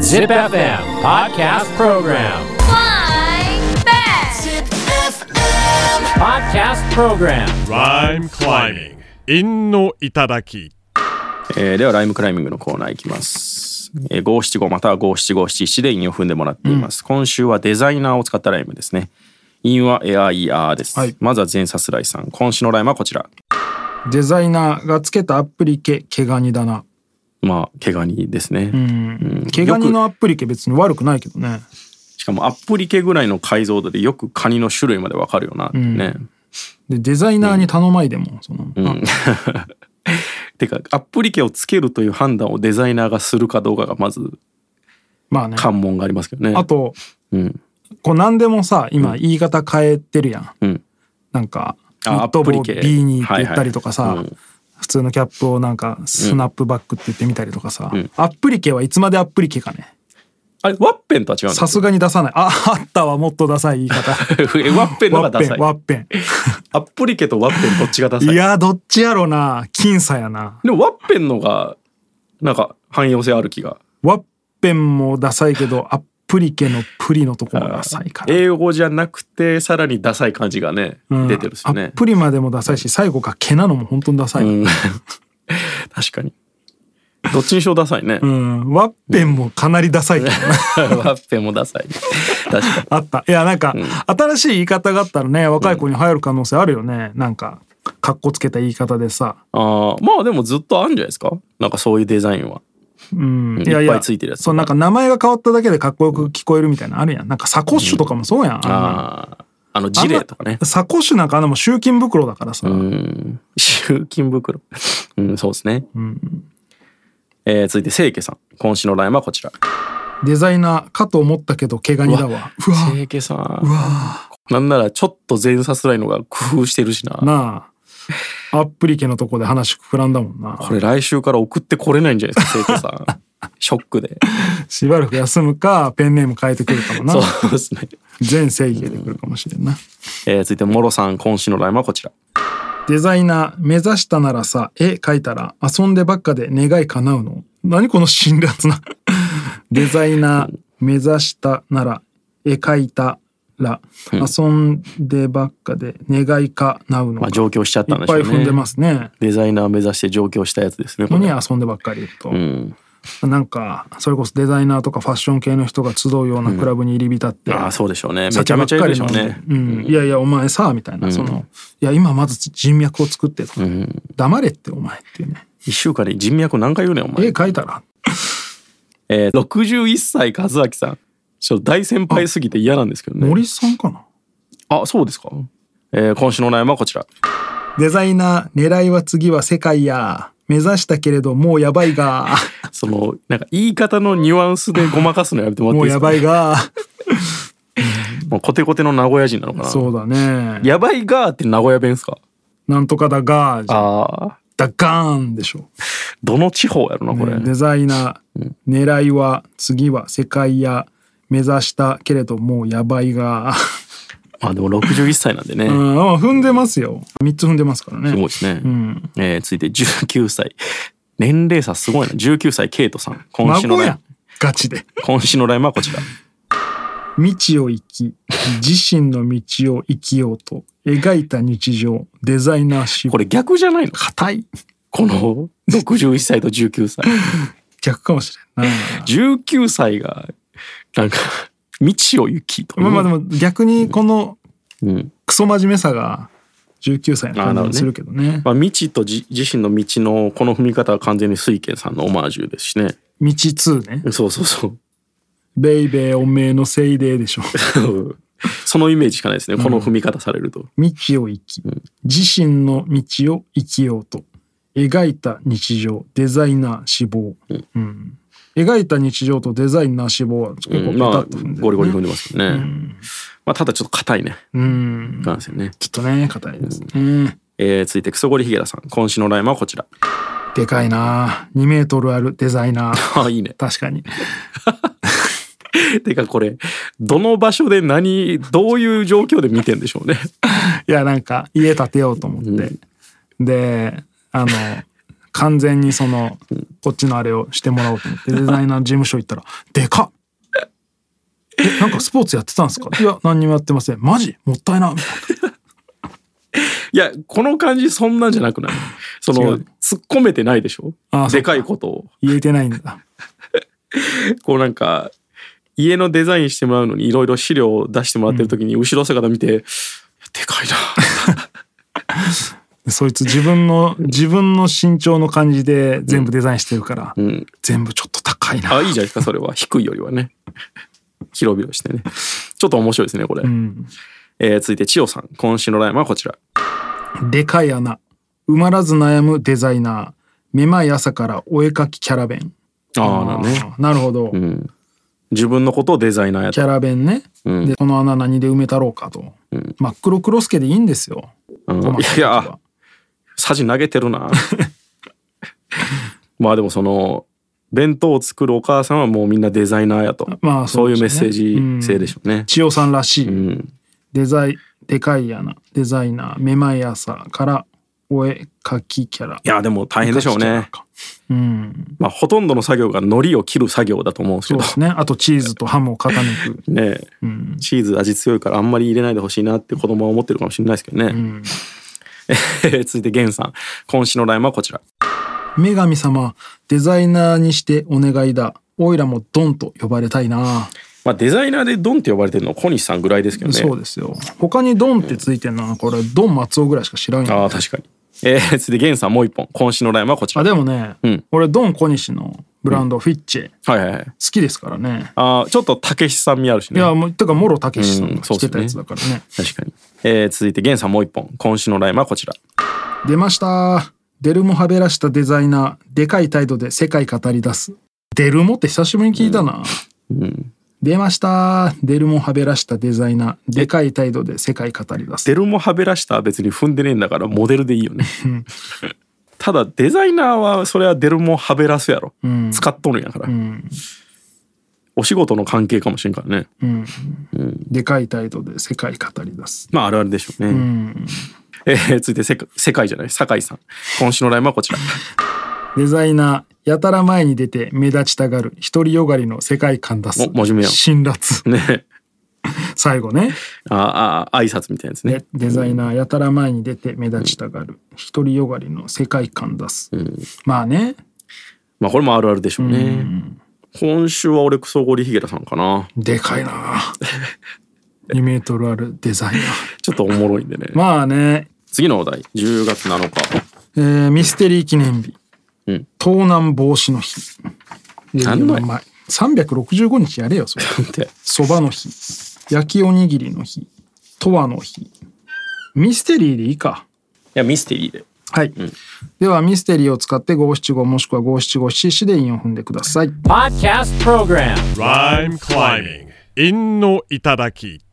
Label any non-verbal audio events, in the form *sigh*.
Zip FM Podcast Program. Flying back. Podcast Program. Rhyme climbing. 陰の頂き。えーではライムクライミングのコーナーいきます。えー、五七五または五七五七七で韻を踏んでもらっています、今週はデザイナーを使ったライムですね。韻はエアイアーです。はいまずは前さすらいさん。今週のライムはこちら。デザイナーがつけたアプリケ毛ガニだなまあ毛ガニですね。うん毛ガニのアプリケ別に悪くないけどねしかもアップリケぐらいの解像度でよくカニの種類までわかるよなってね。でデザイナーに頼まいでもその、 *laughs* てかアップリケをつけるという判断をデザイナーがするかどうかがまずまあね関門がありますけどね。あと、うんこう何でもさ今言い方変えてるやん、うんなんかニあットア帽プリケ B にって言ったりとかさ、はいはいうん普通のキャップをなんかスナップバックって言ってみたりとかさ、んアップリケはいつまでアップリケかねあれワッペンとは違うんださすがに出さないああったわもっとダサい言 *laughs* い方えワッペンのがワッダペンサい。ワッペアップリケとワッペンどっちがダサンいいやどっちやろな僅差やなでもワッペンのがなんか汎用性ある気がワッペンもダサいけどアップリケのプリのとこもダサいから、英語じゃなくてさらにダサい感じがね、うん出てるっすよアッね、プリまでもダサいし最後が毛なのも本当にダサい、ううんん、 *laughs* 確かにどっちにしろダサいね、ワッペンもかなりダサいけどね *laughs* ワッペンもダサい確かにあったいやなんか、新しい言い方があったらね若い子に流行る可能性あるよね、なんかかっこつけた言い方でさ、あーまあでもずっとあるんじゃないですかなんかそういうデザインはうん、んいっぱいついてるやつとかそうなんか名前が変わっただけでかっこよく聞こえるみたいなのあるやんなんかサコッシュとかもそうやん、ああーあののジレとかねあんなサコッシュなんかあんなもん集金袋だからさ、うん *laughs* 集金袋うんそうですね、えー続いて清家さん今週のラインはこちらデザイナーかと思ったけど毛ガニだわうわ清家さんなんならちょっと前さすらいのが工夫してるしななあ。アップリケのとこで話膨らんだもんな。これ来週から送ってこれないんじゃないですか清家さ *laughs* んショックでしばらく休むか、ペンネーム変えてくるかもなそ。うですね、全正義でくるかもしれんな。えー続いてもろさん今週のラインはこちらデザイナー、目指したならさ、絵描いたら遊んでばっかで願い叶うの。何この辛辣な。デザイナー、目指したなら、絵描いたら、遊んでばっかで願い叶うのまか。あ上京しちゃっいたんっでしょぱういね踏んでますね。デザイナー目指して上京したやつですねこのにれ遊んでばっかりいると。うんなんかそれこそデザイナーとかファッション系の人が集うようなクラブに入り浸って、ああそうでしょうねめち酒ゃばめっちゃいかるでりしょう飲んでねうんいやいやお前さみたいな、そのいや今まず人脈を作ってとか、黙れってお前っていうね一週間に人脈何回言うねんお前、絵描いたらえー、61歳和明さんちょっと大先輩すぎて嫌なんですけどね森さんかなあそうですか、えー今週のラインはこちらデザイナー狙いは次は世界や目指したけれどもうやばいが *laughs* そのなんか言い方のニュアンスでごまかすのやめてもらっもてういいですかやばい *laughs* がもうコテコテの名古屋人なのかなそうだねやばいがーって名古屋弁ですかなんとかだがじゃああだがーんでしょどの地方やろなこれ、ねデザイナー、狙いは次は世界や目指したけれどもうやばいが、まあでも61歳なんでね、うん、あ踏んでますよ3つ踏んでますからすごいねですね、えー続いて19歳年齢差すごいな19歳ケイトさん今週の孫ライやンんガチで今週のラインはこちら道を生き自身の道を生きようと描いた日常デザイナーシッこプれ逆じゃないの硬いこの61歳と19歳逆かもしれない19歳がなんか道を行きというまあまあでも逆にこのうんクソ真面目さが19歳の感じもするけどねまあ、道とじ自身の道のこの踏み方は完全に水賢さんのオマージュですしね道2ねそうそうそう *laughs* ベイベーおめえのせいででしょそのイメージしかないですねこの踏み方されると、道を生き、自身の道を生きようと描いた日常デザイナー志望、うん描いた日常とデザイナー志望は結構うんペタまあッと踏んでるね、ゴリゴリ踏んでますけどね、まあ、ただちょっと硬いねうんなんですよね、ちょっとね硬いですね、えー続いてクソゴリヒゲラさん今週のラインはこちらでかいな2メートルあるデザイナーああいいね *laughs* 確かにてかこれどの場所で何どういう状況で見てんでしょうねいやなんか家建てようと思って、であの完全にそのこっちのあれをしてもらおうと思ってデザイナー事務所行ったら「でかっえなんかスポーツやってたんですか?」いや何にもやってませんマジもったいな」みたいいやこの感じそんなんじゃなくないそ違のう突っ込めてないでしょあそでうかかいことをな言えてないんだこうなんか家のデザインしてもらうのにいろいろ資料を出してもらってる時に後ろ姿見て、でかい *laughs* なでそいつ自分の自分の身長の感じで全部デザインしてるから、うん全部ちょっと高いなあいいじゃないですかそれは低いよりはね広々してねちょっと面白いですねこれ、うんえー続いて千代さん今週のラインはこちらでかい穴埋まらず悩むデザイナーめまい朝からお絵かきキャラ弁ああなるほどね、なるほど、うん、自分のことをデザイナーやキとャラ弁ね、うんでこの穴何で埋めたろうかと、真っ黒クロスケでいいんですよ、うん細か時はいやサジ投げてる *laughs* なまあでもその弁当を作るお母さんはもうみんなデザイナーやと、まあそういうメでッすねセージ性でしょうね、千代さんらしい、うん、デザイでかい穴デザイナーめまい朝からお絵かきキャラいやでも大変でしょうね。うんまあほとんどの作業が海苔を切る作業だと思うんですけそうどですねあとチーズとハムを固めくねえ、んチーズ味強いからあんまり入れないでほしいなって子供は思ってるかもしれないですけどね。 *laughs* 続いてゲンさん今週のラインはこちら。女神様デザイナーにしてお願いだおいらもドンと呼ばれたいな、まあデザイナーでドンって呼ばれてるのは小西さんぐらいですけどね。そうですよ他にドンってついてんのはこれドン松尾ぐらいしか知らんよああ確かに。えー、続いてゲンさんもう一本今週のラインはこちら。あはでもね、ん俺ドン小西のブランドフィッチェ好いはいはい。きですからね、ああちょっとたけしさん味あるしいね。やもうてかもろたけしさんうがんそう着っすてねたやつだからね,、確かに。えー、続いてゲンさんもう一本今週のラインはこちら。出ましたデルモはべらしたデザイナーでかい態度で世界語り出すデルモって久しぶりに聞いたな、うん、出ましたデルモはべらしたデザイナーでかい態度で世界語り出すデルモはべらした別に踏んでねえんだからモデルでいいよね。ただデザイナーはそれはデルモはべらすやろ、ん使っとるんやから、んお仕事の関係かもしれんからねでかい態度で世界語り出すまああるあるでしょうね、えー続いて世界世界じゃない酒井さん今週のラインはこちらデザイナーやたら前に出て目立ちたがる独りよがりの世界観出すお真面目やん辛辣ね最後ねああ挨拶みたいなやつねでデザイナーやたら前に出て目立ちたがる独りよがりの世界観出す、まあねまあこれもあるあるでしょうね、今週は俺クソゴリヒゲラさんかなでかいな2メートルある *laughs* デザイナーちょっとおもろいんでね、まあね、次のお題10月7日えーミステリー記念日、うん盗難防止の日いやいや何のまあまあ365日やれ *laughs* よそれなんてそばの日焼きおにぎりの日とわの日ミステリーでいいかいやミステリーではい、ではミステリーを使って五七五もしくは五七五七四で韻を踏んでください Podcast Program Rhyme climbing. 陰の頂き。